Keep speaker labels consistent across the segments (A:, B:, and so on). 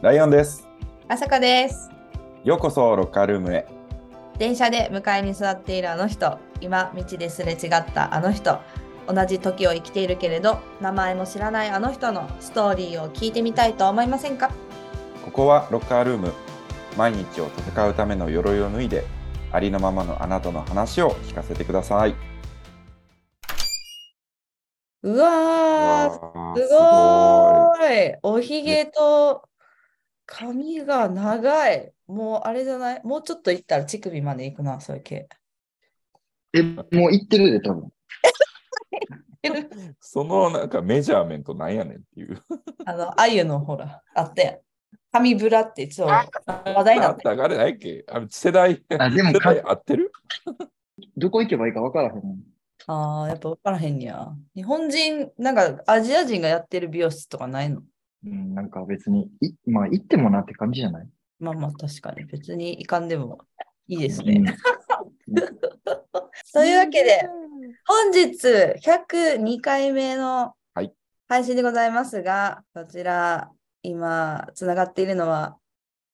A: ライオンです。
B: あさかです。
A: ようこそロッカールームへ。
B: 電車で向かいに座っているあの人、今道ですれ違ったあの人、同じ時を生きているけれど、名前も知らないあの人のストーリーを聞いてみたいと思いませんか
A: ここはロッカールーム。毎日を戦うための鎧を脱いで、ありのままのあなたの話を聞かせてください。
B: うわ
A: わ
B: ー、
A: ー
B: す
A: ご
B: ごーい。おひげと髪が長い。もうあれじゃないもうちょっと行ったら乳首まで行くな、そういう系。
C: え、もう行ってるで、多分。
A: いそのなんかメジャーメントなんやねんっていう。
B: あの、あゆのほら、あったやん。髪ブラってそう話題に な
A: あ
B: っ
A: ったたあれないっけあの世 代、
C: あ、でも
A: 世
C: か、
A: 代合ってる
C: どこ行けばいいか分からへん。
B: ああ、やっぱ分からへんねや。日本人、なんかアジア人がやってる美容室とかないの
C: うん、なんか別に、いまあ行ってもなって感じじ ゃない
B: まあまあ確かに別にいかんでもいいです
C: う
B: ね
C: ん。
B: というわけで、本日102回目の
A: はい
B: 配信でございますが、こちら今つながっているのは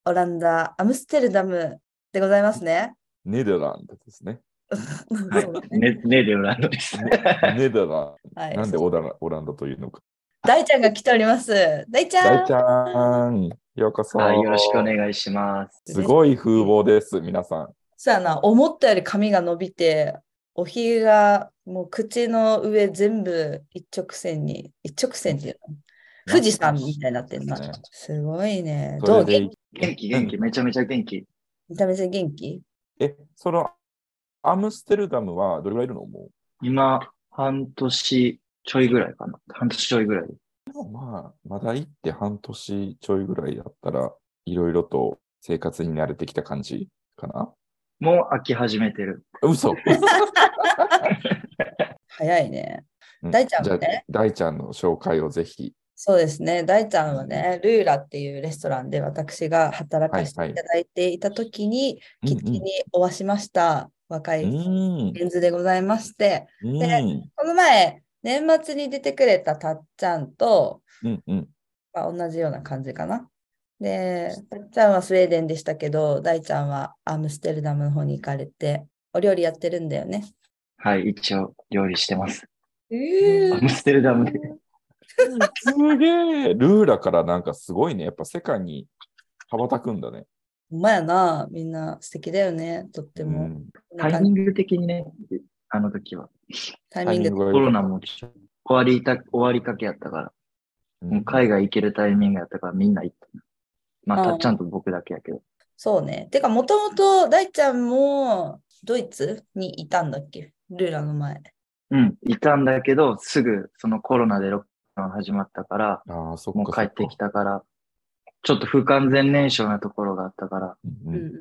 B: オランダ・アムステルダムでございますね。
A: ネデランドですね。
B: はい
C: ね、ねでよランド です。
A: ネデラ
B: はい
A: ン。なんでオランオランダというのか。
B: 大ちゃんが来ております。大ちゃ
A: 大
B: ん
A: ちゃん、ようこそ。
C: はい、よろしくお願いします。
A: すごい風貌です、皆さん。
B: そうやな、思ったより髪が伸びて、おひげがもう口の上全部一直線に、一直線っていうの富士山みたいになってんな
A: ね。
B: すごいね。ど
A: そうれ
B: 元
A: で
B: 気、
C: 元気、元気、めちゃめちゃ元気。
B: めちゃめちゃ元気
A: え、そのアムステルダムはどれぐらいいるのも
C: 今、半年ちょいぐらいかな。半年ちょいぐらい。
A: う。でもまあ、まだ行って半年ちょいぐらいだったら、いろいろと生活に慣れてきた感じかな。
C: もう飽き始めてる。
A: 嘘
B: 早いね。
A: う
B: 大ちゃんもね
A: じあ大ちゃんの紹介をぜひ。
B: そうですね。大ちゃんはね、ルーラっていうレストランで私が働かせていただいていたときに、
A: うん
B: キッチンにお会いしました。若
A: う
B: い
A: ん。
B: メンズでございまして、
A: うん。
B: この前、年末に出てくれたたっちゃんと、
A: うん。うん。
B: まあ、同じような感じかな。で、たっちゃんはスウェーデンでしたけど、大ちゃんはアムステルダムの方に行かれて、お料理やってるんだよね。
C: はい、一応料理してます。
B: え
C: アムステルダムで。
A: すげえ。ルーラからなんかすごいね。やっぱ世界に羽ばたくんだね。
B: ほんまやな、みんな素敵だよね、とって
A: う
B: も。
A: ん
B: な
C: タ
B: んか
C: イミング的にね、あの時は。
B: タイ
A: タ
B: ミ
A: イ
B: ン
A: ミ
B: グ
A: ングが
B: で。
C: コ
A: 良か
C: ロ
A: っ
C: ナも終わりた、終わりかけやったから。
A: た
C: もう海外行けるタイミングやったからみんな行った。まあ、
B: ああ
C: たっちゃんと僕だけやけど。
B: そうね。てか、もともと大ちゃんもドイツにいたんだっけルーラの前。
C: うん、いたんだけど、すぐそのコロナでロックダウン始まったから、
A: ああ、そっか
C: もう帰ってき
A: た。
C: たから、ちょっと不完全燃焼なところがあったから、
A: うんうんん
B: ううんうん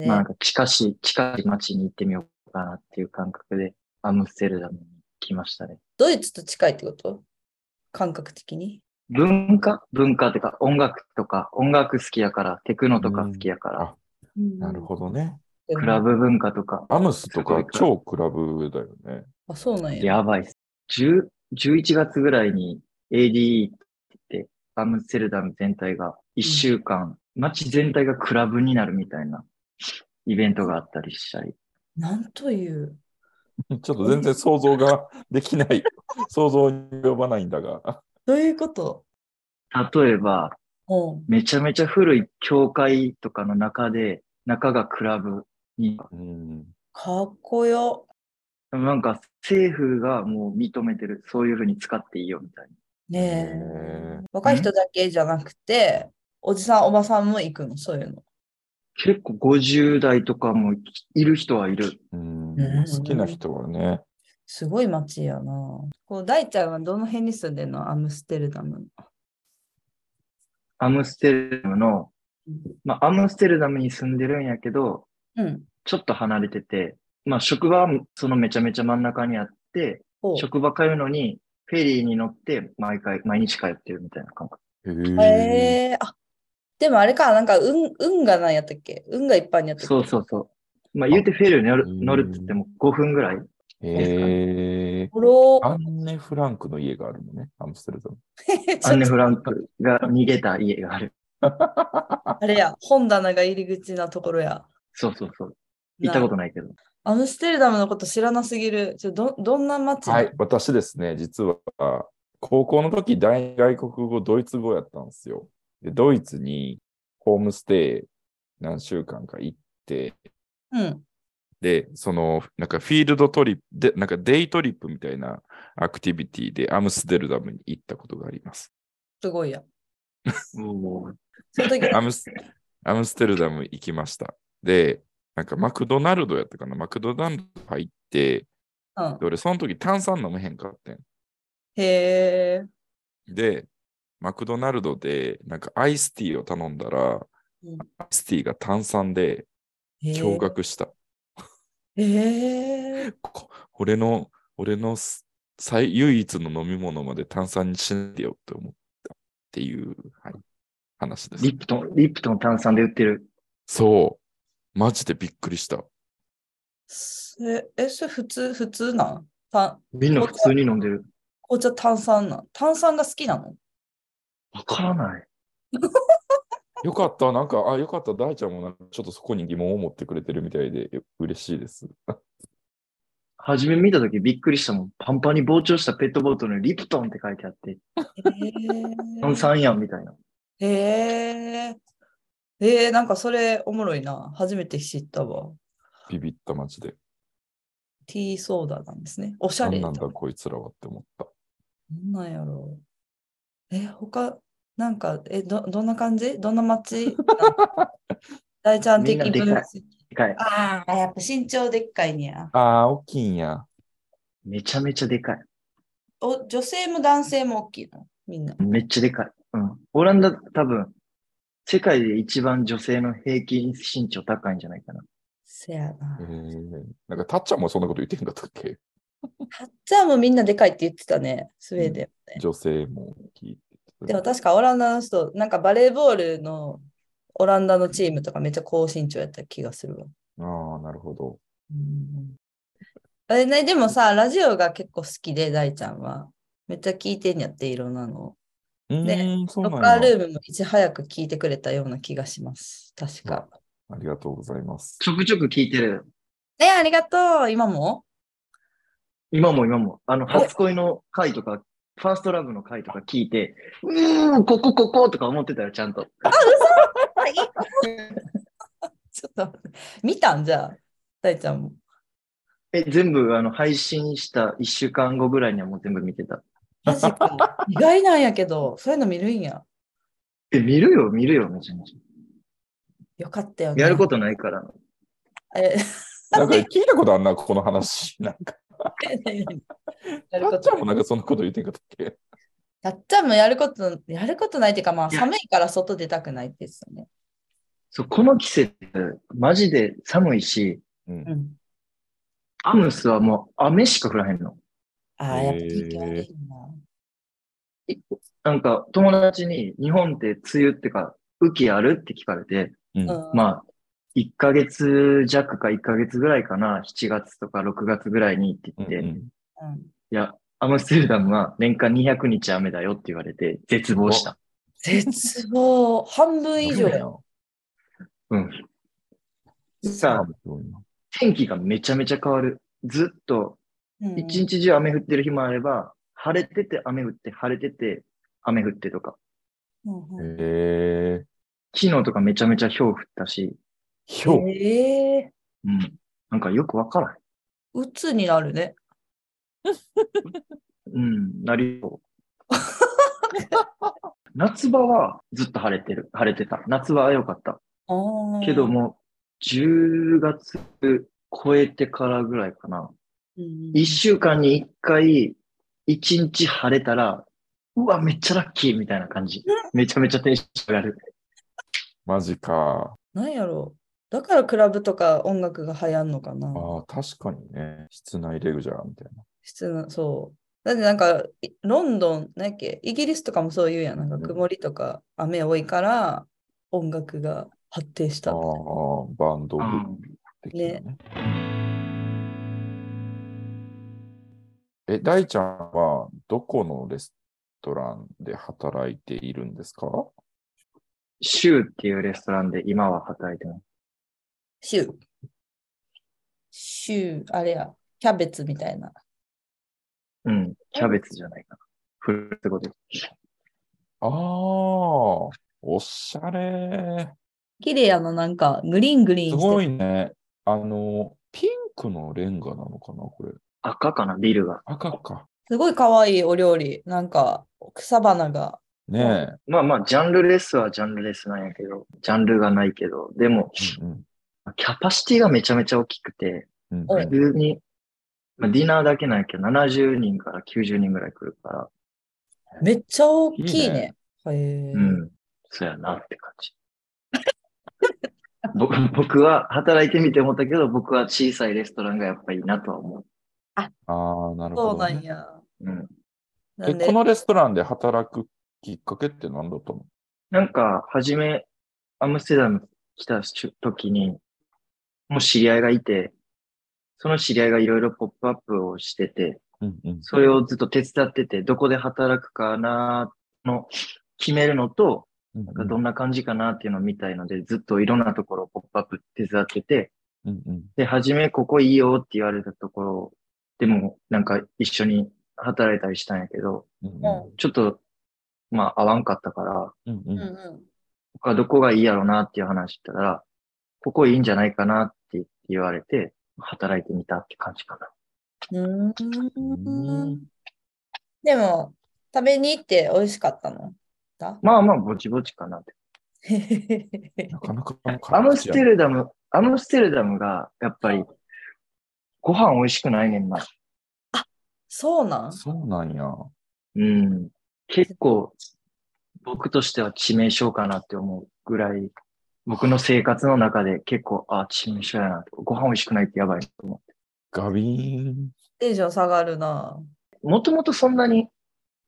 B: うん
C: まあなんか近しい、近い町に行ってみようかなっていう感覚で、アムステルダムに来ましたね。
B: ドイツと近いってこと感覚的に。
C: 文化文化ってか、音楽とか、音楽好きやから、テクノとか好きやか
A: うんあな
C: ら、
A: るほどね。
B: ど
C: クラブ文化とか、
A: アムスと
C: すご
A: か
C: い
A: 超クラブだよね。
B: あ、そうなんや。
C: やばいっす。10 11月ぐらいに ADE って言って、アムステルダム全体が1週間、街全体がクラブになるみたいなイベントがあったりしたり。
B: なんという。
A: ちょっと全然想像ができ ない。想像に及ばないんだが。
B: どういうこと
C: 例えば、
B: うん。
C: めちゃめちゃ古い教会とかの中で、中がクラブに、
A: うん。
B: かっこよ。
C: なんか政府がもう認めてる、そういうふうに使っていいよみたい
B: ね
A: へ
B: え
A: え。
B: 若い人だけじゃなくて、おじさん、おばさんも行くの、そういうの。
C: な。結構50代とかもいる人はいる。
A: うん
B: うん
A: 好きな人はね。
B: すごい街やな。こう大ちゃんはどの辺に住んでんのアムステルダムの。
C: アムステルダムの、まあ、アムステルダムに住んでるんやけど、
B: うん。
C: ちょっと離れてて、まあ、職場はそのめちゃめちゃ真ん中にあって、
B: ほう
C: 職場通うのに、フェリーに乗って、毎回、毎日通ってるみたいな感覚。
A: へえ。
B: へえあでもあれか、なんか運運がなんやったっけ運がいっぱいにやったっけ
C: そうそうそう。まあ、言うてフェリーに乗る
A: あ
C: 乗るって言っても5分ぐらい。
A: へえ。
B: フォロー
A: アンネ・フランクの家があるのね、アムステルダム。
C: アンネ・フランクが逃げた家がある。
B: あれや、本棚が入り口なところや。
C: そうそうそう。行ったことないけど。
B: アムステルダムのこと知らなすぎる。ちょどどんな街なの
A: はい、私ですね、実は高校の時、大外国語、ドイツ語やったんですよ。で、ドイツにホームステイ何週間か行って、
B: うん。
A: で、その、なんかフィールドトリップ、でなんかデイトリップみたいなアクティビティでアムステルダムに行ったことがあります。
B: すごいや。
C: おー
B: その時、
A: アムスアムステルダム行きました。で、なんかマクドナルドやったかな、マクドナルド入って、
B: うん
A: で、俺その時炭酸飲めへんかってん。
B: へー
A: で、マクドナルドで、なんかアイスティーを頼んだら、
B: うん
A: アイスティーが炭酸で
B: へー
A: 驚愕した。
B: へー
A: こ俺の、俺のす最唯一の飲み物まで炭酸にしないでよって思ったっていう、はい、話です。
C: リプトン、リプトン炭酸で売ってる。
A: そう。マジでびっくりした。
B: すえ、それ普通、普通なんた
C: みんな普通に飲んでる。
B: 紅茶炭酸なん炭酸が好きなの
C: わからない。
A: よかった、なんか、あ、よかった、大ちゃんもなんかちょっとそこに疑問を持ってくれてるみたいでよ嬉しいです。
C: 初め見たときびっくりしたもん。パンパンに膨張したペットボトルにリプトンって書いてあって、炭酸やんみたいな。
B: へえ。えー、なんかそれおもろいな。初めて知ったわ。
A: ビビった、マジで。
B: ティーソーダなんですね。おしゃ
A: 何
B: れ。
A: なんだ、こいつらはって思った。
B: なんなんやろう。え、他、なんか、え、ど、どんな感じどんな 街大ちゃん的
C: みんなでかい
B: 分析
C: でかい。
B: ああ、やっぱ身長でっかいにや。
A: あー、大きいんや。
C: めちゃめちゃでかい。
B: お女性も男性も大きいのみんな。
C: めっちゃでかい。うん。オランダ多分、世界で一番女性の平均身長高いんじゃないかな。
B: せやな
A: へ。ーなんか、たっちゃんもそんなこと言ってへんかったっけ
B: はっちゃんもみんなでかいって言ってたね。スウェーデン。
A: 女性も大きいって言って
B: で
A: た
B: も確かオランダの人、なんかバレーボールのオランダのチームとかめっちゃ高身長やった気がするわ。
A: ああ、なるほど。
B: あれね、でもさ、ラジオが結構好きで、大ちゃんは。めっちゃ聞いてんやって、いろんなの。
A: うーん、そう
B: ロ
A: なん
B: ッ
A: や
B: カールームもいち早く聞いてくれたような気がします。確か。
A: ありがとうございます。
C: ちょくちょく聞いてる。
B: え、ありがとう今も
C: 今も今も。あの、初恋の回とか、ファーストラブの回とか聞いて、うーん、こここことか思ってたよ、ちゃんと。
B: あいいちょっと待って、見たんじゃあ、大ちゃんも。
C: え、全部、あの、配信した1週間後ぐらいにはもう全部見てた。
B: マジか。 意外なんやけど、そういうの見るんや。
C: え、見るよ、見るよ、めちゃめち
B: よかったよ
C: ゃ。
B: ね。
C: やることないから。
B: え、
A: なんか、聞いたことあんな、この話。なんか、
B: やる
A: た
B: こ
A: っちゃん
B: と
A: もなんかそんなこと言ってへんかったっけ
B: やっちゃんもやること、やることないっていうか、まあ、
C: いや
B: 寒いから外出たくないですよね。
C: そう、この季節、マジで寒いし、
A: うん
B: う。ん。
C: アムスはもう雨しか降らへんの。
B: ああ、やっぱ天気悪いな。
C: なんか、友達に日本って梅雨ってか、雨季あるって聞かれて、
A: うん
B: うん
C: まあ、1ヶ月弱か1ヶ月ぐらいかな、7月とか6月ぐらいにって
A: うん
C: 言って、
A: う
C: い
A: ん
B: うん
C: や、アムステルダムは年間200日雨だよって言われて、絶望した。
B: 絶望、半分以上や。
C: さあ、天気がめちゃめちゃ変わる。ずっと、
B: うん
C: 一日中雨降ってる日もあれば、晴れてて雨降って、晴れてて雨降ってとか、
B: うんうん
A: へえ。
C: 昨日とかめちゃめちゃ氷降ったし、
A: ひょう。
B: ええ
C: うん。なんかよくわからん。
B: うつになるね。
C: うん、な りそう。夏場はずっと晴れてる、晴れてた。夏場は良かった。
B: あー
C: けど、も、10月超えてからぐらいかな。
B: うん
C: 1週間に1回、1日晴れたら、うわ、めっちゃラッキーみたいな感じ。めちゃめちゃテンション上がる。
A: マジか。
B: なんやろう。だからクラブとか音楽が流行んのかな。
A: ああ、確かにね。室内レジャーみたいな。
B: 質のそう。だってなんか、いロンドン、なんやっけ、イギリスとかもそう言うやん。なんか
A: うん
B: 曇りとか雨多いから、音楽が発展し
A: あ
B: た
A: あ
B: みたいな。、
A: バンド
C: う
A: 部
C: ん
A: 的なね。え、大ちゃんはどこのレストランで働いているんですか
C: シューっていうレストランで今は働いてます。
B: シュー。シュー、あれや、キャベツみたいな。
C: うん。キャベツじゃないかな。フルーツごと。
A: ああ、おしゃれ。
B: 綺麗やの、なんか、グリーングリー
A: す
B: ンして
A: ごいね。あの、ピンクのレンガなのかな、これ。
C: 赤かなビルが。
A: 赤か。
B: すごい可愛いお料理。なんか、草花が。
A: ね
C: まあまあ、ジャンルレスはジャンルレスなんやけど、ジャンルがないけど、でも、
A: え。うん
C: キャパシティがめちゃめちゃ大きくて、
A: うん
B: お
A: う
B: い
A: ん、
C: 普通に、まあ、ディナーだけなんやけど、70人から90人ぐらい来るから、
B: めっちゃ大きいね。へえ。
C: うん、そうやなって感じ。ぼ僕は働いてみて思ったけど、僕は小さいレストランがやっぱいいなとは思う。
A: ああ、なる
B: そ
A: ほど
B: うな
A: ね、
B: んや。
C: うん、
B: な
A: え
B: んで
A: このレストランで働くきっかけって何だったの
C: なんか、初め、アムステルダム来た時に、もう知り合いがいて、その知り合いがいろいろポップアップをしてて、
A: うんうん。
C: それをずっと手伝ってて、どこで働くかなの決めるのと、
A: うん
C: なんかどんな感じかなっていうのを見たいので、ずっといろんなところをポップアップ手伝ってて、
A: うんうん
C: で、はじめここいいよって言われたところ、でもなんか一緒に働いたりしたんやけど、
A: うん
B: う
C: ちょっと、まあ合わんかったから、
A: うん
B: んう
A: うんん
B: うん
C: 他どこがいいやろなっていう話したら、ここいいんじゃないかなって言われて、働いてみたって感じかな。
B: う
A: う
B: ーん
A: ん。
B: でも、食べに行って美味しかったのだ
C: まあまあぼちぼちかなって。
A: なかなか
C: アムステ
A: ル
C: ルダム、アムステルダムがやっぱりご飯美味しくないねんな。
B: そうなん
A: そうなんや。
C: うん。結構、僕としては致命傷かなって思うぐらい、僕の生活の中で結構、あ、致命傷やな。ご飯美味しくないってやばいと思って。
A: ガビーン。
B: テンション下がるな。
C: もともとそんなに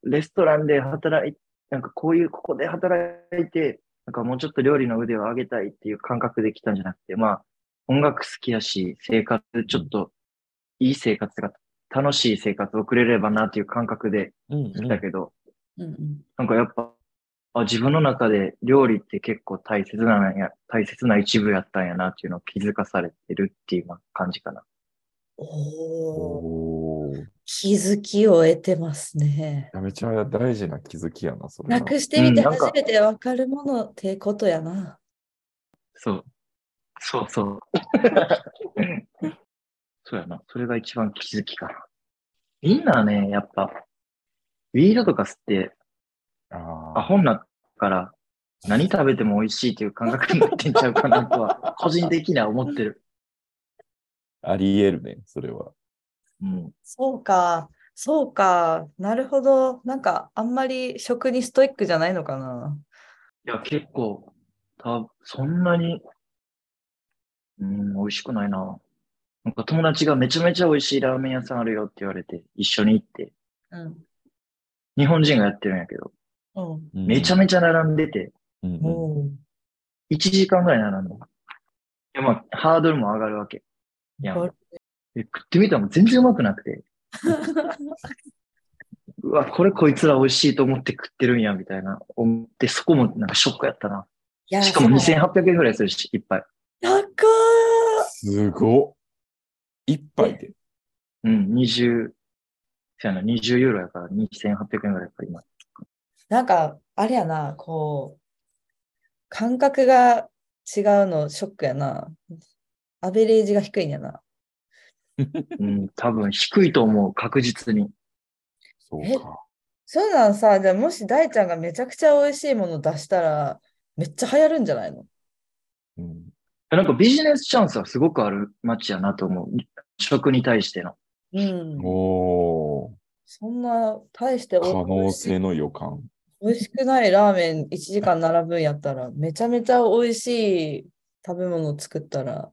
C: レストランで働い、なんかこういう、ここで働いて、なんかもうちょっと料理の腕を上げたいっていう感覚で来たんじゃなくて、まあ、音楽好きやし、生活、ちょっといい生活が、楽しい生活を送れればなっていう感覚で
A: うんう
C: 来
A: ん
C: たけど、
B: うんうん。
C: なんかやっぱ、あ、自分の中で料理って結構大切ななんや、大切な一部やったんやなっていうのを気づかされてるっていう感じかな。
B: おお。
A: おー
B: 気づきを得てますね。
A: めちゃめちゃ大事な気づきやな、それな。
B: なくしてみて
C: うんなんか
B: 初めてわかるものってことやな。
C: そう。そうそう。 そうやな。それが一番気づきかな。みんなね、やっぱ、ウィードとか吸って、ア
A: あ
C: ホになったから、何食べても美味しいっていう感覚になってんちゃうかなと は、個人的には思ってる。
A: ーあり得るね、それは。
C: うん。
B: そうか。そうか。なるほど。なんか、あんまり食にストイックじゃないのかな。
C: いや、結構、た、そんなに、うん、美味しくないな。なんか友達がめちゃめちゃ美味しいラーメン屋さんあるよって言われて、一緒に行って、
B: うん。
C: 日本人がやってるんやけど、
B: うん。
A: め
C: めちゃめちゃ並んでて、
A: ゃ。うんうん
B: おー
C: 1時間ぐらい並んだ。いや、まあ、ハードルも上がるわけ。いや
B: 上がる、
C: え食ってみたらもう全然うまくなくて、 うわ、これこいつら美味しいと思って食ってるんや、みたいな思って、そこもなんかショックやったな。
B: いや
C: しかも
B: そう
C: 2800円ぐらいするし、いっぱい。
B: 高ー
A: すごっ。一杯で。
C: うん、20、そうやな、20ユーロやから2800円ぐらいか、今。
B: なんか、あれやな、こう、感覚が違うのショックやな。アベレージが低いんやな。
C: うん、多分低いと思う、確実に。
A: そうか。
B: そんなんさ、じゃあもし大ちゃんがめちゃくちゃ美味しいもの出したら、めっちゃ流行るんじゃないの
A: うん
C: なんかビジネスチャンスはすごくある街やなと思う。食に対しての。
B: うん。
A: おー
B: そんな、大して
A: 可
B: 美
A: 能
B: 味し
A: 性
B: い
A: の予感。
B: 美味しくないラーメン1時間並ぶんやったら、めちゃめちゃ美味しい食べ物を作ったら、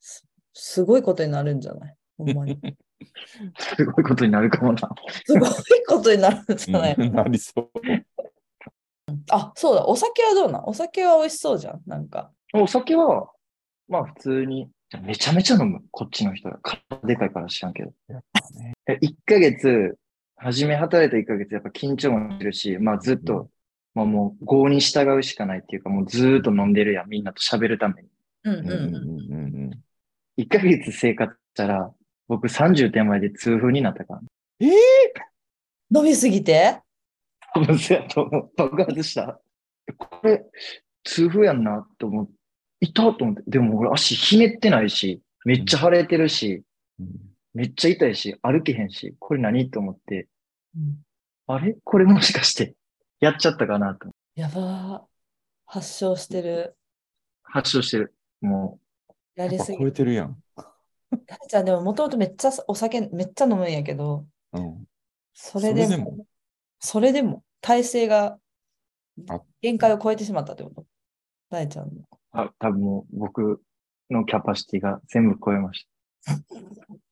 B: すすごいことになるんじゃないほん まに。
C: すごいことになるかもな。
B: すごいことになるんじゃない
A: うん なりそう。
B: あ、そうだ、お酒はどうなんお酒は美味しそうじゃん、なんか。
C: お酒は、まあ普通に、めちゃめちゃ飲む、こっちの人ら。体でかいから知らんけど。え1ヶ月、初め働いた1ヶ月、やっぱ緊張もするし、まあずっとまあもう、合に従うしかないっていうか、もうずーっと飲んでるやん、みんなと喋るために。
B: うん
A: う
B: うん
A: う
B: んうんん。
A: うんうん
C: 1ヶ月生活したら、僕30点前で痛風になったから、
A: えー
B: 飲みすぎて
C: 多分そうやと思う。爆発した。これ、痛風やんなと思って、いたと思って、でも俺足ひねってないし、めっちゃ腫れてるし、めっちゃ痛いし、歩けへんし、これ何と思って、あれこれもしかして、やっちゃったかなと。
B: やばー発症してる。
C: 発症してる。も
B: やり
A: やっぱ
B: すぎ
A: 超えてるやん。
B: たちゃんでももともとめっちゃお酒めっちゃ飲むんやけど、
A: うん、
B: それでも、それでも
A: も。
B: 体勢が
A: あ
B: 限界を超えてしまったってこと大ちゃんの。
C: う、あ多分もう僕のキャパシティが全部超えました。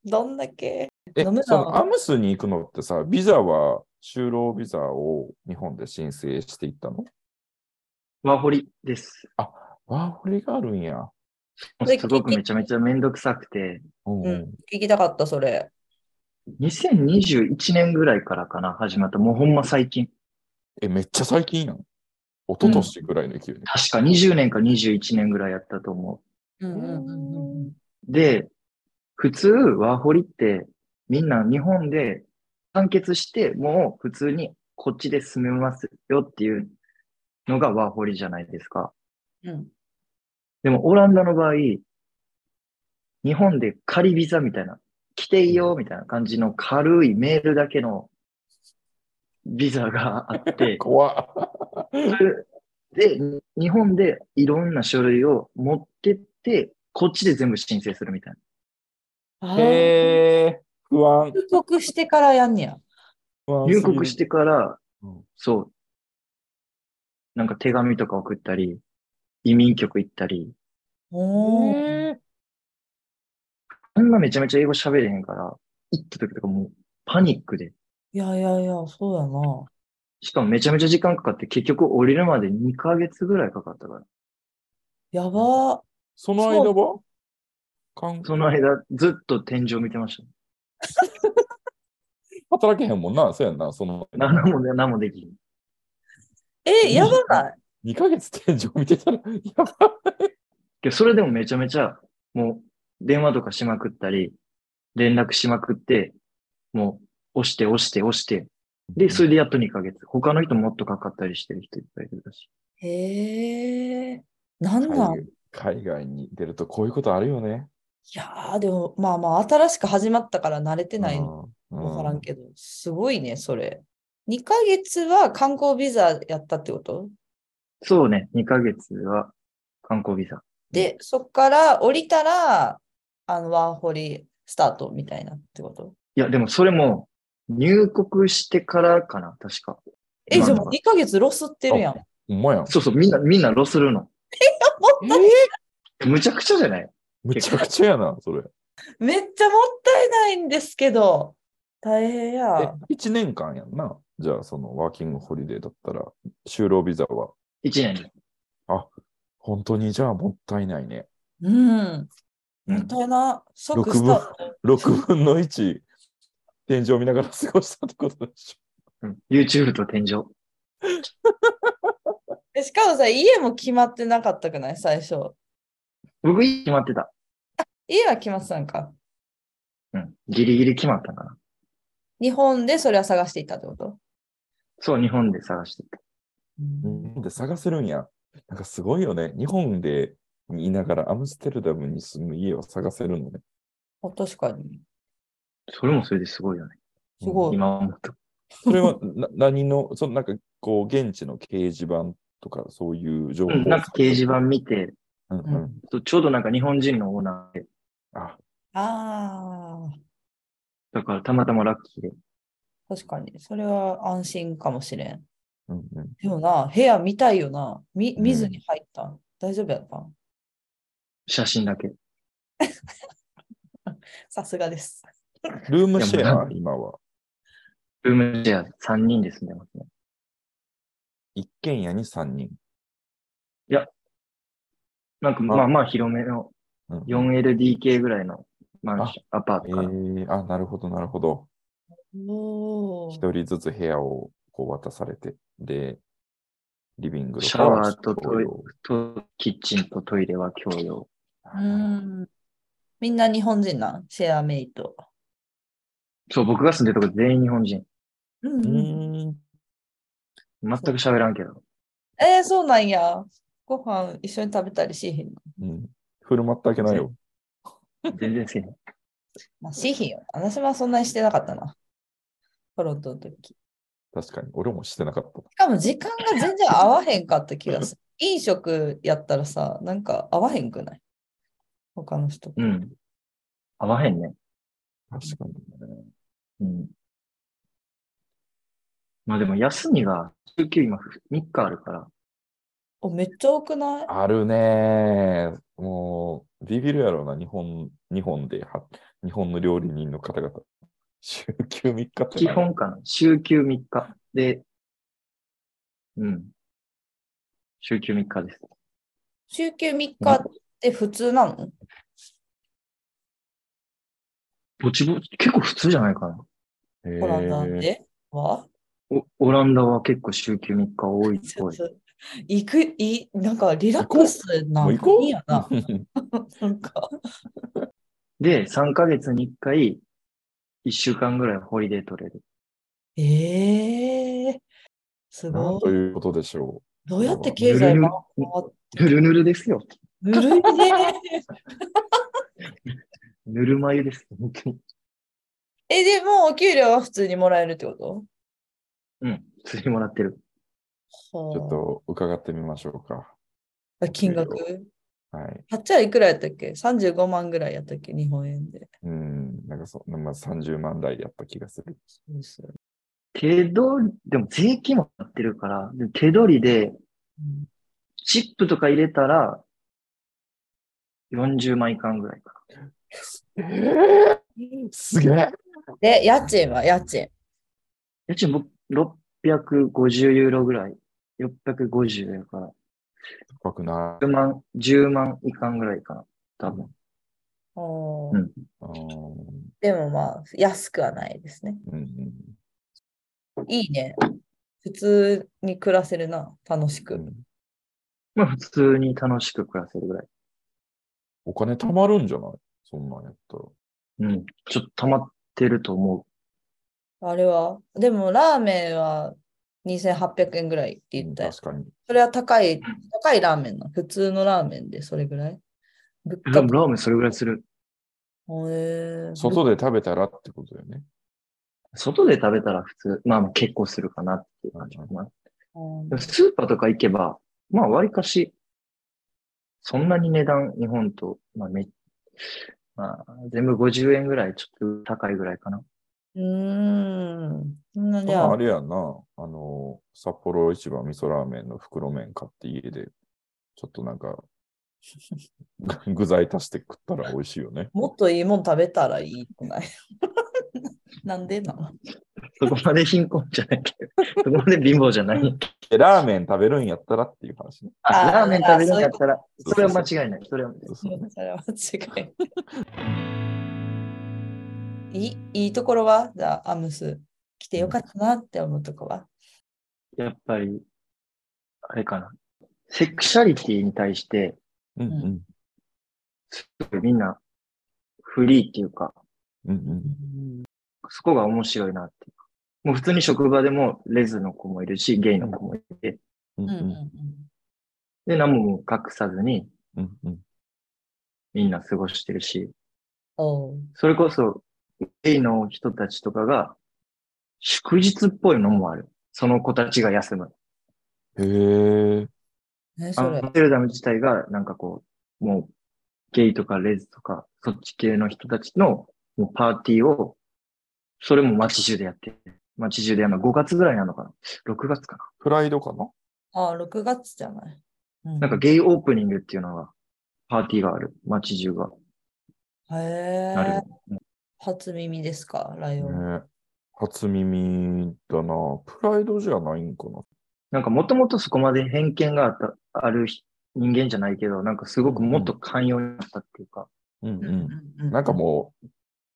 B: どんだけ
A: え
B: 飲むの
A: そのアムスに行くのってさ、ビザは就労ビザを日本で申請していったの
C: ワーホリです。
A: ワーホリがあるんや。
B: で
C: すごくめちゃめちゃめんどくさくて、
A: うんうん
B: 聞きたかった、それ。
C: 2021年ぐらいからかな、始まった。もうほんま最近。
A: え、めっちゃ最近やん。一昨年ぐらいの勢いで。
C: 確か20年か21年ぐらいやったと思
B: うん
A: うんうんうん
C: う。で、普通、ワーホリって、みんな日本で完結して、もう普通にこっちで住めますよっていうのがワーホリじゃないですか。
B: うん。
C: でも、オランダの場合、日本で仮ビザみたいな、来ていいよみたいな感じの軽いメールだけのビザがあって、
A: 怖っ。
C: で、日本でいろんな書類を持ってって、こっちで全部申請するみたい
B: あー
A: へえ、不安。
B: 入国してからやんねや。
A: 不
C: な。
A: 安
C: 入国しててから
A: うん、
C: そう。なんか手紙とか送ったり、移民局行ったり、
B: おー
C: あんなめちゃめちゃ英語喋れへんから、行った時とかもうパニックで、
B: いやいやいや、そうやな。
C: しかもめちゃめちゃ時間かかって、結局降りるまで2ヶ月ぐらいかかったから。
B: やばー。
A: その間は韓
C: その間、ずっと天井見てました。
A: 働けへんもんな。そうやんな。その
C: 何もで、何もできん。
B: え、やばない。
A: 2ヶ月天井見てたら、やばい。
C: けど、それでもめちゃめちゃ、もう、電話とかしまくったり、連絡しまくって、もう、押して押して押して、で、それでやっと2ヶ月。他の人もっとかかったりしてる人いっぱいいるらしい。
B: へえ。なんなん
A: 海海外に出るとこういうことあるよね。
B: いやー、でも、まあまあ、新しく始まったから慣れてないの
A: うん
B: わからんけど、すごいね、それ。2ヶ月は観光ビザやったってこと
C: そうね、2ヶ月は観光ビザ。
B: で、そっから降りたら、あの、ワーホリスタートみたいなってこと
C: いや、でもそれも、入国してからかな、確か。
B: え、じゃあ
C: 今
B: も
C: の
B: う
C: が
B: 2ヶ月ロスってるやん。
A: ほんまやん。
C: そうそう、みんな、みんなロスるの。
A: え
C: むちゃくちゃじゃない
A: むちゃくちゃやな、それ。
B: めっちゃもったいないんですけど、大変や。
A: え、1年間やんな。じゃあ、そのワーキングホリデーだったら、就労ビザは、
C: 一年で。
A: 本当にじゃあもったいないね。
B: うん。
C: う
B: もっ
C: ん
B: たいな。即
A: 六
B: ス
A: 分
B: タート。
A: 6分の1、天井見ながら過ごしたってことでし
C: うん、YouTube と天井。
B: えしかもさ、家も決まってなかったくない最初。
C: 僕、決まってた。
B: 家は決まってたんか。
C: うん。ギリギリ決まったかな。
B: 日本でそれは探していたってこと
C: そう、日本で探してた。
A: ょ。日本で探せるんや。なんかすごいよね。日本でいながらアムステルダムに住む家を探せるのね。
B: あ確かに。
C: それもそれですごいよね。
B: すごい。
C: 今思うと。
A: それ はな何の、そのなんかこう、現地の掲示板とかそういう情報。
C: うん、なんか掲示板見て、
A: うんうん。
C: そうちょうどなんか日本人のオーナーで、
A: あ、
B: あ
C: だからたまたまラッキーで。
B: あ、確かに。それは安心かもしれん。
A: うんうん。
B: でもな、部屋見たいよな。み
A: うん
B: 見ずに入ったん。大丈夫やったん
C: 写真だけ。
B: さすがです。
A: ルームシ
C: い
A: ェ
C: やもう
A: ア、今は。
C: ルームシェア3人で住んでますね。
A: 一軒家に3人。
C: なんかまあまあ広めの
A: うん
C: 4LDK ぐらいのマンション、アパー
A: え
C: トかな。
A: ー、あ、なるほど、なるほど。
B: おお。
A: 一人ずつ部屋をこう渡されて、で、リビングとか
C: シャワーと
A: 共用
C: と、キッチンとトイレは共用。
B: うん。みんな日本人なんシェアメイト。
C: そう、僕が住んでるとこ全員日本人。
B: うん
A: う
B: うん。
A: ーん
C: 全く喋らんけど。
B: えー、そうなんや。ご飯一緒に食べたりしひんの。
A: うん。振る舞ったわけないよ。
C: 全然好きね。
B: まあ、しひんよ。私はそんなにしてなかったな。トロントの時。し
A: 確かに。俺もしてなかった。
B: かも時間が全然合わへんかった気がする。飲食やったらさ、なんか合わへんくない他の人。
C: うん。合わへんね。
A: 確かにね。
C: うん。まあでも休みが19今3日あるから、
B: お、めっちゃ多くない
A: あるねー。もう、ビビるやろうな、日本、日本では、日本の料理人の方々。週休3日って
C: 基
A: な
C: 本かな。週休3日で、うん。週休3日です。
B: 週休3日って普通なの
C: ぼちぼち、結構普通じゃないかな。
A: へー
B: オランダでは
C: おオランダは結構週休3日多いっぽい。
B: 行く、いなんかリラックスな
A: もう行こう
B: いいやな。 なんか、
C: で、3ヶ月に1回、1週間ぐらいホリデー取れる。
B: ええす
A: なん
B: ご
A: と
B: い。
A: いうことでしょ
B: どうやって経済回る
C: ぬるぬるですよ。
B: ぬるいね。
C: ぬるま湯です。本当に。
B: え、でもお給料は普通にもらえるってこと
C: うん。普通にもらってる。
A: う。ちょっと伺ってみましょうか。
B: あ金額
A: お給はい。
B: あっちはいくらやったっけ ?35 万ぐらいやったっけ日本円で。
A: うん。なんかそ、まあ、30万台やった気がする。
B: そうですよね
C: 手取り、でも税金もやってるから、で手取りで、
B: うん
C: チップとか入れたら、40万いかんぐらいか
A: えー、すげえ
B: で、家賃は家賃。
C: な。家賃僕、650ユーロぐらい。650やから。
A: 高くな
C: 10万、10万いかんぐらいかな。多分。
B: おー
C: うん
A: い。あー
B: でもまあ、安くはないですね。
A: うんうん
B: いいね。普通に暮らせるな、楽し
A: う
B: く。
A: ん
C: まあ普通に楽しく暮らせるぐらい。
A: お金貯まるんじゃないそんなんやったら。
C: うん。ちょっと溜まってると思
B: あれは、でもラーメンは2800円ぐらいって言った
A: う
B: よ
A: ん。確かに。
B: それは高い、高いラーメンなの。普通のラーメンでそれぐらい。物
C: う。
B: 価
C: でもラーメンそれぐらいする。
B: へー
A: 外で食べたらってことだよね。
C: 外で食べたら普通、まあまあ結構するかなっていう感じかな。
B: うん
C: でもスーパーとか行けば、まあ割かし、そんなに値段、日本と、まあめ、まあ全部50円ぐらい、ちょっと高いぐらいかな。
B: うーん。そんなじ
A: ま
B: ゃ
A: あ
B: あ
A: あ、れやんな。あの、札幌市場味噌ラーメンの袋麺買って家で、ちょっとなんか、 具材足して食ったら美味しいよね。
B: もっといいもん食べたらいいくない なんでなの
C: そこまで貧困じゃないけ ど、そこまで貧乏じゃない。
A: でラーメン食べるんやったらっていう話ね。
C: あ
B: あー
C: ラーメン食べるんだった
A: そういう
C: ら、
A: こと
C: それは間違いない。それは、
A: そうそう
B: もうそれは間違い。いいいいところはじゃあ、アムス来てよかったなって思うとこは。
C: やっぱり、あれかな。セクシャリティに対して、
A: うんうん
C: すごいみんな、フリーっていうか、
A: うんうん
C: そこが面白いなっていうか。もう普通に職場でもレズの子もいるし、ゲイの子もいて、
A: うん
B: うんうん
A: う
C: で、何も隠さずに
A: んうんうん
C: みんな過ごしてるし、
B: おう
C: それこそゲイの人たちとかが祝日っぽいのもある。その子たちが休む。
A: へえ。
B: 何そ
C: ア
B: れ
C: ムステルダム自体がなんかこう、もうゲイとかレズとか、そっち系の人たちのもうパーティーを、それも街中でやってる。街中でやるの5月ぐらいなのかな ?6 月か
A: プライドかな
B: ああ、6月じゃない。うん
C: ななんかゲイオープニングっていうのが、パーティーがある。街中が。
B: へ
C: なる
B: え。初耳ですか、ライオン。
A: ね初耳だな。プライドじゃないんかな。
C: なんかもともとそこまで偏見があった、ある人人間じゃないけど、なんかすごくもっと寛容になったっていうか、
A: うん
B: う
A: うん。
B: うう
A: なんかもう、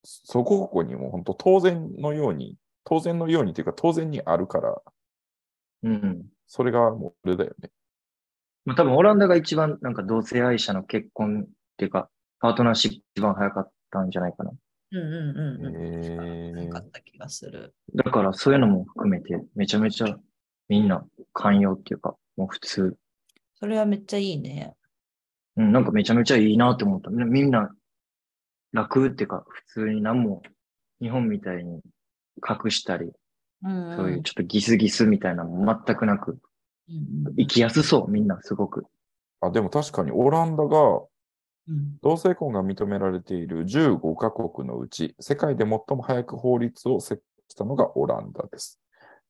A: そこここにもう本当当然のように、当然のようにというか当然にあるから、
C: うん。
A: それがもう俺だよね。
C: まあ、多分オランダが一番なんか同性愛者の結婚っていうか、パートナーシップ一番早かったんじゃないかな。
B: うんうんうんうん。
A: へー
B: なんかよかった気がする。
C: だからそういうのも含めて、めちゃめちゃみんな寛容っていうか、もう普通。
B: それはめっちゃいいね。
C: うん、なんかめちゃめちゃいいなって思った。みんなみんな楽っていうか、普通に何も日本みたいに隠したり、
B: うん、
C: そういうちょっとギスギスみたいなのも全くなく、
B: うんうんうん
C: 生きやすそう、みんなすごく。
A: あ、でも確かにオランダが
B: うん
A: 同性婚が認められている15カ国のうち、世界で最も早く法律を設置したのがオランダです。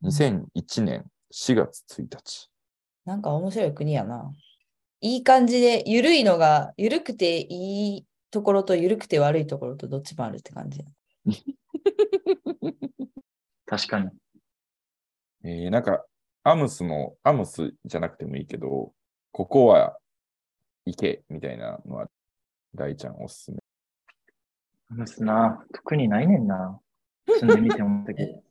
A: 2001年4月1日。
B: なんか面白い国やな。いい感じで、ゆるいのが、ゆるくていいところと、ゆるくて悪いところと、どっちもあるって 感じ。
C: 確かに。
A: えーなんか、アムスの、アムスじゃなくてもいいけど、ここは行けみたいなのは、大ちゃんおすすめ。
C: 話すな。特にないねんな。住んでみて思ったけど。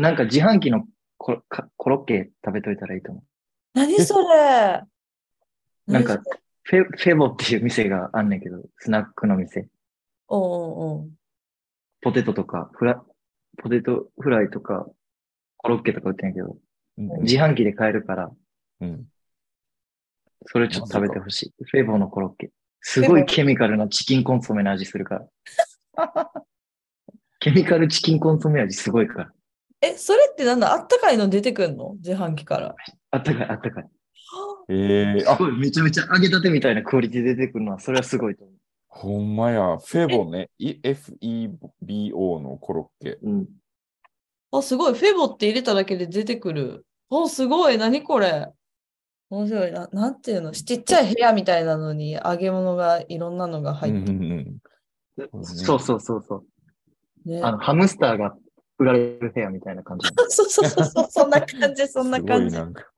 C: なんか自販機のコロかコロッケ食べといたらいいと思
B: 何それ
C: う。なん、
B: 何
C: か
B: それ
C: フェ、フェボっていう店があんねんけど、スナックの店。
B: おうおうおう
C: ポテトとか、フラ、ポテトフライとか、コロッケとか売ってんやけど、自販機で買えるから、
A: うん。
C: それちょっと食べてほしい。フェボのコロッケ。すごいケミカルなチキンコンソメの味するから。 ケミカルチキンコンソメ味すごいから。
B: え、それってなんだあったかいの出てくんの自販機から。
C: あったかい、あったかい。
A: えー、
C: す
A: あ、
C: ごい、めちゃめちゃ揚げたてみたいなクオリティで出てくるのは、それはすごいと思
A: ほんまや。フェボね。い FEBO のコロッケ。
C: う。うん。
B: あ、すごい。フェボって入れただけで出てくる。お、すごい。何これ。面白いな。なんていうのちっちゃい部屋みたいなのに揚げ物がいろんなのが入っ
A: う
B: て
A: んうんうんすね
C: そうそうそうそう。
B: ね。
C: あの、ハムスターが売られる部屋みたいな感じ。
B: そうそうそうそう、そんな感じ、そんな感じ
A: すごい。なんか。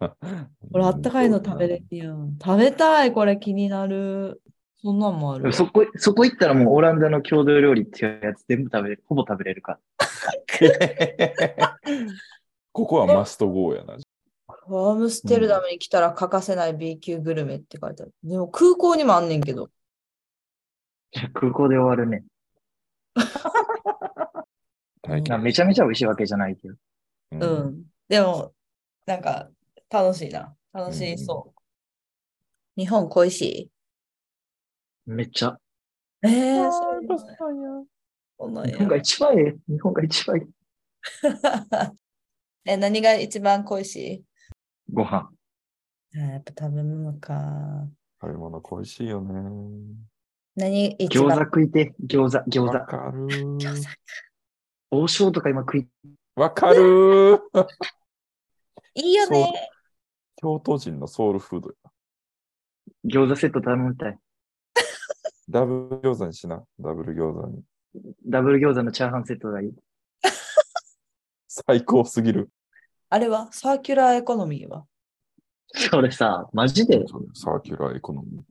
B: これあったかいの食べれるやん。食べたい、これ気になる。そんなんもあ
C: で
B: る
C: も。そこ、そこ行ったらもうオランダの郷土料理っていうやつ全部食べれる、ほぼ食べれるから。
A: ここはマストゴーやな。
B: アームステルダムに来たら欠かせない B 級グルメって書いてある。でも空港にもあんねんけど。
C: じゃあ空港で終わるね。
A: 体
C: な
A: 験
C: めちゃめちゃ美味しいわけじゃないけど。
A: う
B: うん。
A: ん。
B: でも、なんか、楽しいな。楽しいそう。日本恋しい
C: めっちゃ。
B: ええ
A: あー
B: ー、そうなんや
A: や
B: そうなん
C: 日
B: や
C: 本が一番ええ。日本が一番ええ。
B: え、何が一番恋しい
C: ご飯。
B: あーやっぱ食べ物か。
A: 食べ物恋しいよね。
B: 何一
C: 餃子
B: 番
C: 食いて、餃子、餃
A: わ
C: 子。
A: かるー。
C: 王将とか今食い、
A: わかるー。
B: いいよね
A: そう。京都人のソウルフードや。
C: 餃子セット頼みたい。
A: ダブル餃子にしな。ダブル餃子に。
C: ダブル餃子のチャーハンセットがいい。
A: 最高すぎる。
B: あれはサーキュラーエコノミーは
C: それさ、マジで
A: サーキュラーエコノミー。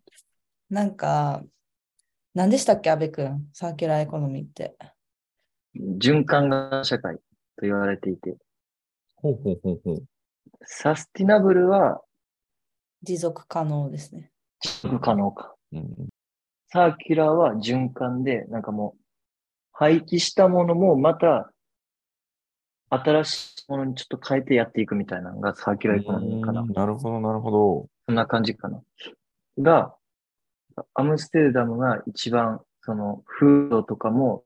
B: なんか、何でしたっけ、阿部君。サーキュラーエコノミーって。
C: 循環型社会と言われていて、
A: ほうほうほうほう。
C: サスティナブルは
B: 持続可能ですね。
C: 不可能か。
A: うん
C: サーキュラーは循環で、なんかもう、廃棄したものもまた、新しいものにちょっと変えてやっていくみたいなのがサーキュラーエコノミーかな。
A: なるほど、なるほど。
C: そんな感じかな。が、アムステルダムが一番、その、フードとかも、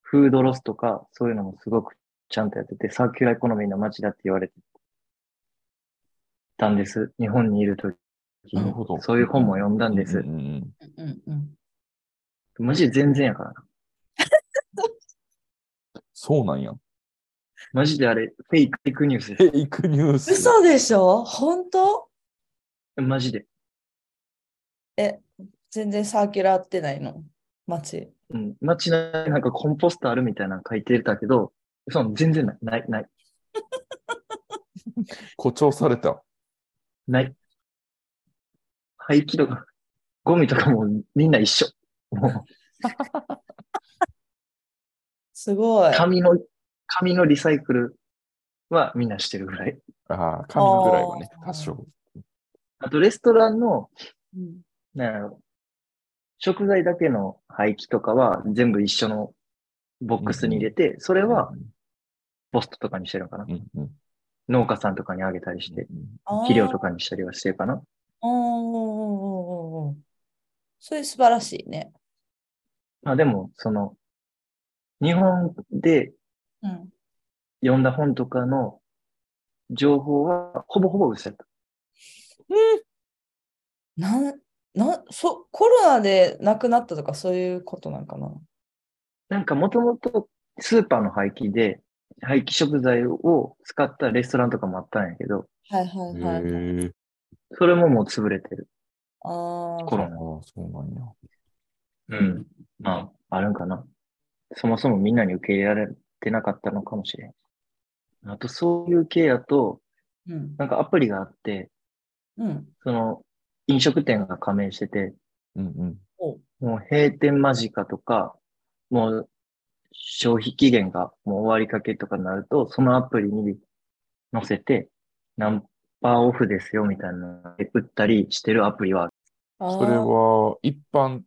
C: フードロスとか、そういうのもすごくちゃんとやってて、サーキュラーエコノミーの街だって言われてたんです。日本にいるとき
A: なるほど
C: そういう本も読んだんです。
A: うんうんうん
B: うんうん。
C: マジで全然やからな。
A: そうなんや。
C: マジであれ、フェイクフェイクニュースで
A: フェイクニュース。
B: 嘘でしょ本当
C: す。マジで。
B: 全然サーキュラーってないの街。
C: うん。街のなんかコンポストあるみたいなの書いてたけど、その全然ない、ない、ない、
A: 誇張された。
C: ない。廃棄とか、ゴミとかもみんな一緒。も
B: すご
C: う
B: い。
C: 紙の、紙のリサイクルはみんなしてるぐらい。
A: ああ、感じぐらいはね、
B: あー
A: 多少。
C: あと、レストランの、
B: うん
C: なんやろ、食材だけの廃棄とかは全部一緒のボックスに入れて、それはポストとかにしてるのかな
A: う。ん、うんうん
C: 農家さんとかにあげたりして、
B: あー
C: 肥料とかにしたりはしてるかな。
B: おーおーおーおーおーそれ素晴らしいね。
C: まあでも、その、日本で
B: うん。
C: 読んだ本とかの情報はほぼほぼ嘘やった。
B: なん、なん、そ、コロナで亡くなったとかそういうことなんかな。
C: なんかもともとスーパーの廃棄で、廃棄食材を使ったレストランとかもあったんやけど、
B: はいはいはい。
A: へえ。
C: それももう潰れてる。
B: あ
C: コ
A: あ
C: ロ
A: あ、そうなんや。
C: うん。まあ、あるんかな。そもそもみんなに受け入れられてなかったのかもしれん。あと、そういう系やと、
B: あ。うん。
C: なんかアプリがあって、
B: うん。
C: その、飲食店が加盟してて、
A: うんうん。
C: もう閉店間近とか、もう消費期限がもう終わりかけとかになると、そのアプリに載せて、何パーオフですよみたいなので売ったりしてるアプリはある、
B: あー
A: それは一般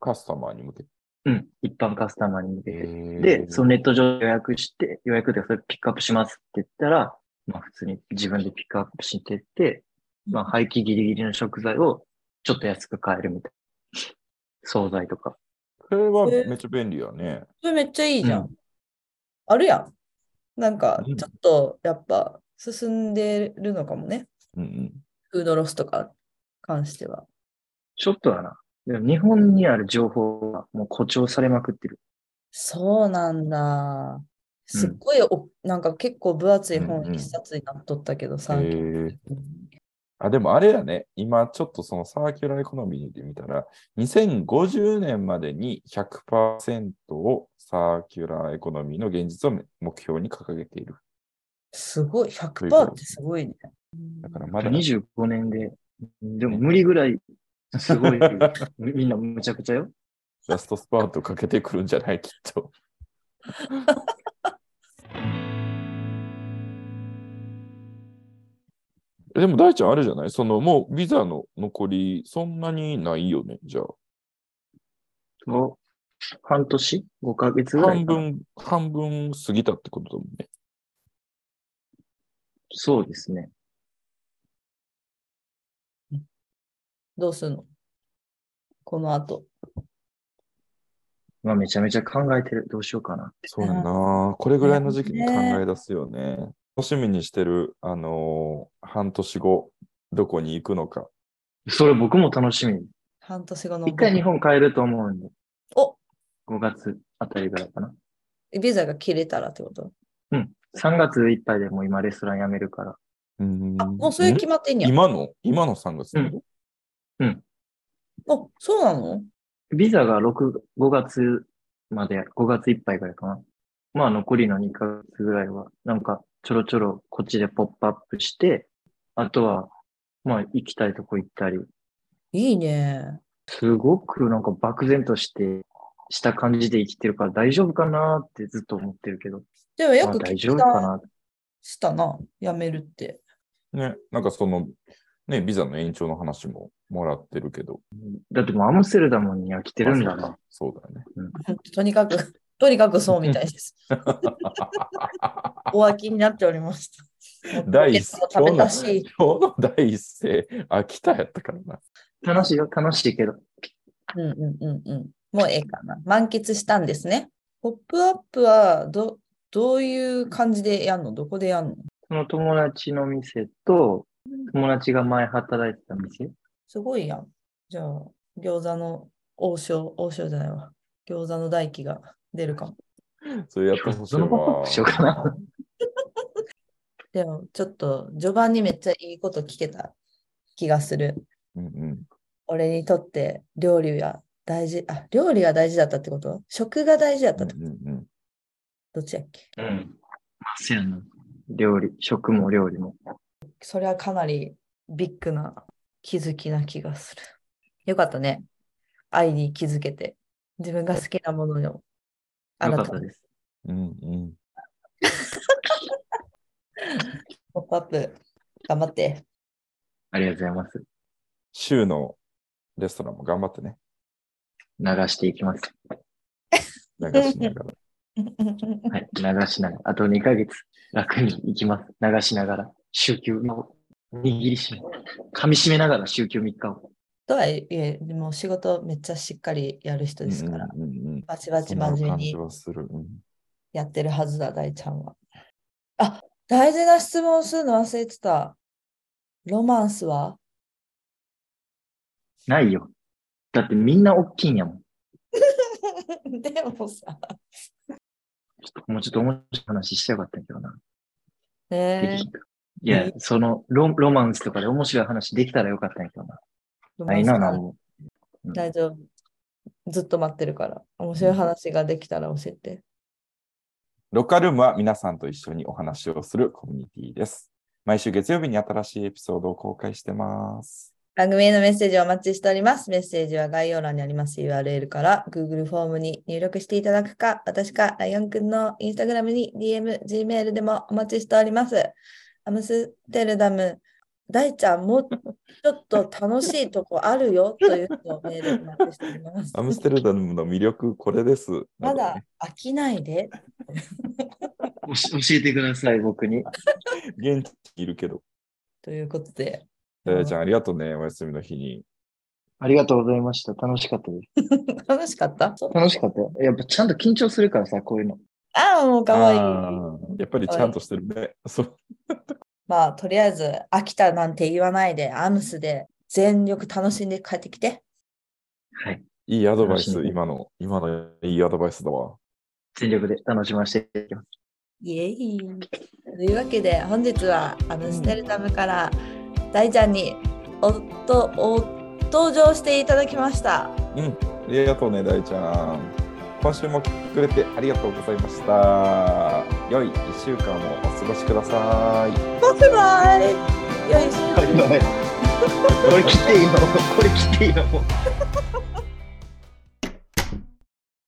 A: カスタマーに向けて。
C: うん、一般カスタマーに向けて。
A: へ
C: で
A: え、
C: そのネット上で予約して、予約でそれピックアップしますって言ったら、まあ普通に自分でピックアップしてって、まあ廃棄ギリギリの食材をちょっと安く買えるみたいな。 惣菜とか。
A: それはめっちゃ便利やね。
B: それめっちゃいいじゃん。
C: う
B: あるやん。なんか、
A: うん
B: ちょっとやっぱ進んでるのかもね。
A: うん
B: フードロスとか関しては。
C: ちょっとだな。でも日本にある情報がもう誇張されまくってる。
B: そうなんだ。すっごいお、なんか結構分厚い本
A: うんうん
B: 一冊になっとったけど
A: う
B: さ。
A: ん。へえ。あ、でもあれやね、今ちょっとそのサーキュラーエコノミーで見たら、2050年までに100%をサーキュラーエコノミーの現実を目標に掲げている。
B: すごい、
A: というこ
B: 100%
A: と
B: ってすごいね。
A: だからまだ、
C: 25年で、でも無理ぐらい、す ごい、みみんなむちゃくちゃよ。
A: ラストスパートかけてくるんじゃないきっと。 えでも大ちゃんあれじゃないそのもうビザの残りそんなにないよねじゃあ。
C: お半年 ?5 ヶ月ぐらい
A: 半
C: かな
A: 分、半分過ぎたってことだもんね。
C: そうですね。
B: どうすんのこの後。
C: まあめちゃめちゃ考えてる。どうしようかな。
A: そうやな。これぐらいの時期に考え出すよね。楽しみにしてる、あのー半年後、どこに行くのか。
C: それ僕も楽しみ。
B: 半年後の。
C: 一回日本帰ると思うんで。
B: お
C: 5月あたりぐらいかな。
B: ビザが切れたらってこと
C: 3月いっぱいでもう今レストラン辞めるから。
A: うん
B: あ、もうそれ決まってんや。
A: 今の今の3月のこと、
B: あ、そうなの
C: ビザが6、5月まで、5月いっぱいぐらいかな。まあ残りの2ヶ月ぐらいは、なんかちょろちょろこっちでポップアップして、あとは、まあ行きたいとこ行ったり、
B: いいね。
C: すごくなんか漠然として、した感じで生きてるから大丈夫かなってずっと思ってるけど、
B: でもよ
C: まあ
B: く
C: 大
B: 聞
C: 丈夫
B: き
C: か
B: た
C: な。
B: したな、辞めるって。
A: ね、なんかその、ね、ビザの延長の話ももらってるけど。
C: だってもうアムステルダムに飽きてるんだな。
A: そうだね。
B: とにかく、 とにかくそうみたい です。お飽きになっておりました。
A: 第一
B: もう食べたし、
A: 今日の第一声、秋田やったからな。
C: 楽しいよ、楽しいけど。
B: うんうんうんうん。もうええかな。満喫したんですね。ポップアップはど、どういう感じでやんのどこでやんの
C: その友達の店と、友達が前働いてた店
B: すごいやん。じゃあ、餃子の王将、王将じゃないわ。餃子の大輝が出るかも。
A: それやってほしい
C: そのポップアッ
A: わ
C: プ。しようかな。
B: でも、ちょっと序盤にめっちゃいいこと聞けた気がする。
A: うんうん。
B: 俺にとって料理は大事、あ、料理が大事だったってこと食が大事だった
A: うん
B: って、
A: うんうん
B: どっちやっけ
C: うん。まあ、せやな。料理、食も料理も。
B: それはかなりビッグな気づきな気がする。よかったね。愛に気づけて。自分が好きなものを。あ
C: よか
B: な
C: った
B: た
C: です。
A: うんうん
B: ポップアップ、頑張って。
C: ありがとうございます。
A: 週のレストランも頑張ってね。
C: 流していきます。
A: 流しながら。
C: はい。流しながら。あと2ヶ月、楽に行きます。流しながら。週休の握りしめ。噛み締めながら週休3日を。
B: とはいえ、でも仕事めっちゃしっかりやる人 ですから、
A: うんうんうんうん
B: バチバチ
A: そんな
B: 真面目
A: 感
B: に
A: じはする。うん
B: やってるはずだ、大ちゃんは。あ、大事な質問するの忘れてた。ロマンスは
C: ないよ。だってみんな大きいんやもん。
B: でもさ、
C: ちょっともうちょっと面白い話しちゃよかったけどな。で
B: ね
C: きひんかいや
B: ね、
C: そのロ、ロマンスとかで面白い話できたらよかったんやけどな。
B: ロマ
C: ない
B: ンス
C: な、
B: は
C: なんも。うん
B: 大丈夫。ずっと待ってるから、面白い話ができたら教えて。
A: ロッカールームは皆さんと一緒にお話をするコミュニティです。毎週月曜日に新しいエピソードを公開してます。
B: 番組へのメッセージをお待ちしております。メッセージは概要欄にあります URL から Google フォームに入力していただくか、私かライオンくんの Instagram に DM、Gmail でもお待ちしております。アムステルダム、大ちゃんもうちょっと楽しいとこあるよというのをメールでお待ちしており ます
A: ア。ムステルダムの魅力、これです。
B: まだ飽きないで。
C: おし教えてください、僕に。
A: 現地にいるけど。
B: ということで。
A: ダイちゃん、ありがとうね。お休みの日に。
C: ありがとうございました。楽しかったです。
B: 楽しかった
C: 楽しかったよ。やっぱちゃんと緊張するからさ、こういうの。
B: ああ、もうかわいい。
A: あーやっぱりちゃんとしてるね。そう。
B: まあ、とりあえず、秋田なんて言わないで、アムスで全力楽しんで帰ってきて。
C: はい。
A: いいアドバイ
C: 楽しん
A: ス、
C: で
A: 今の、今のいいアドバイスだわ。
C: 全力で楽しませていきます。
B: イエイ。というわけで、本日はアムステルダムから大ちゃんにおとお登場していただきました。
A: ありがとうね、ダイちゃん。今週も来てくれてありがとうございました。良い1週間をお過ごしください。
B: バイバイ。よいしょ。
C: これ切っていいのこれ切っていいの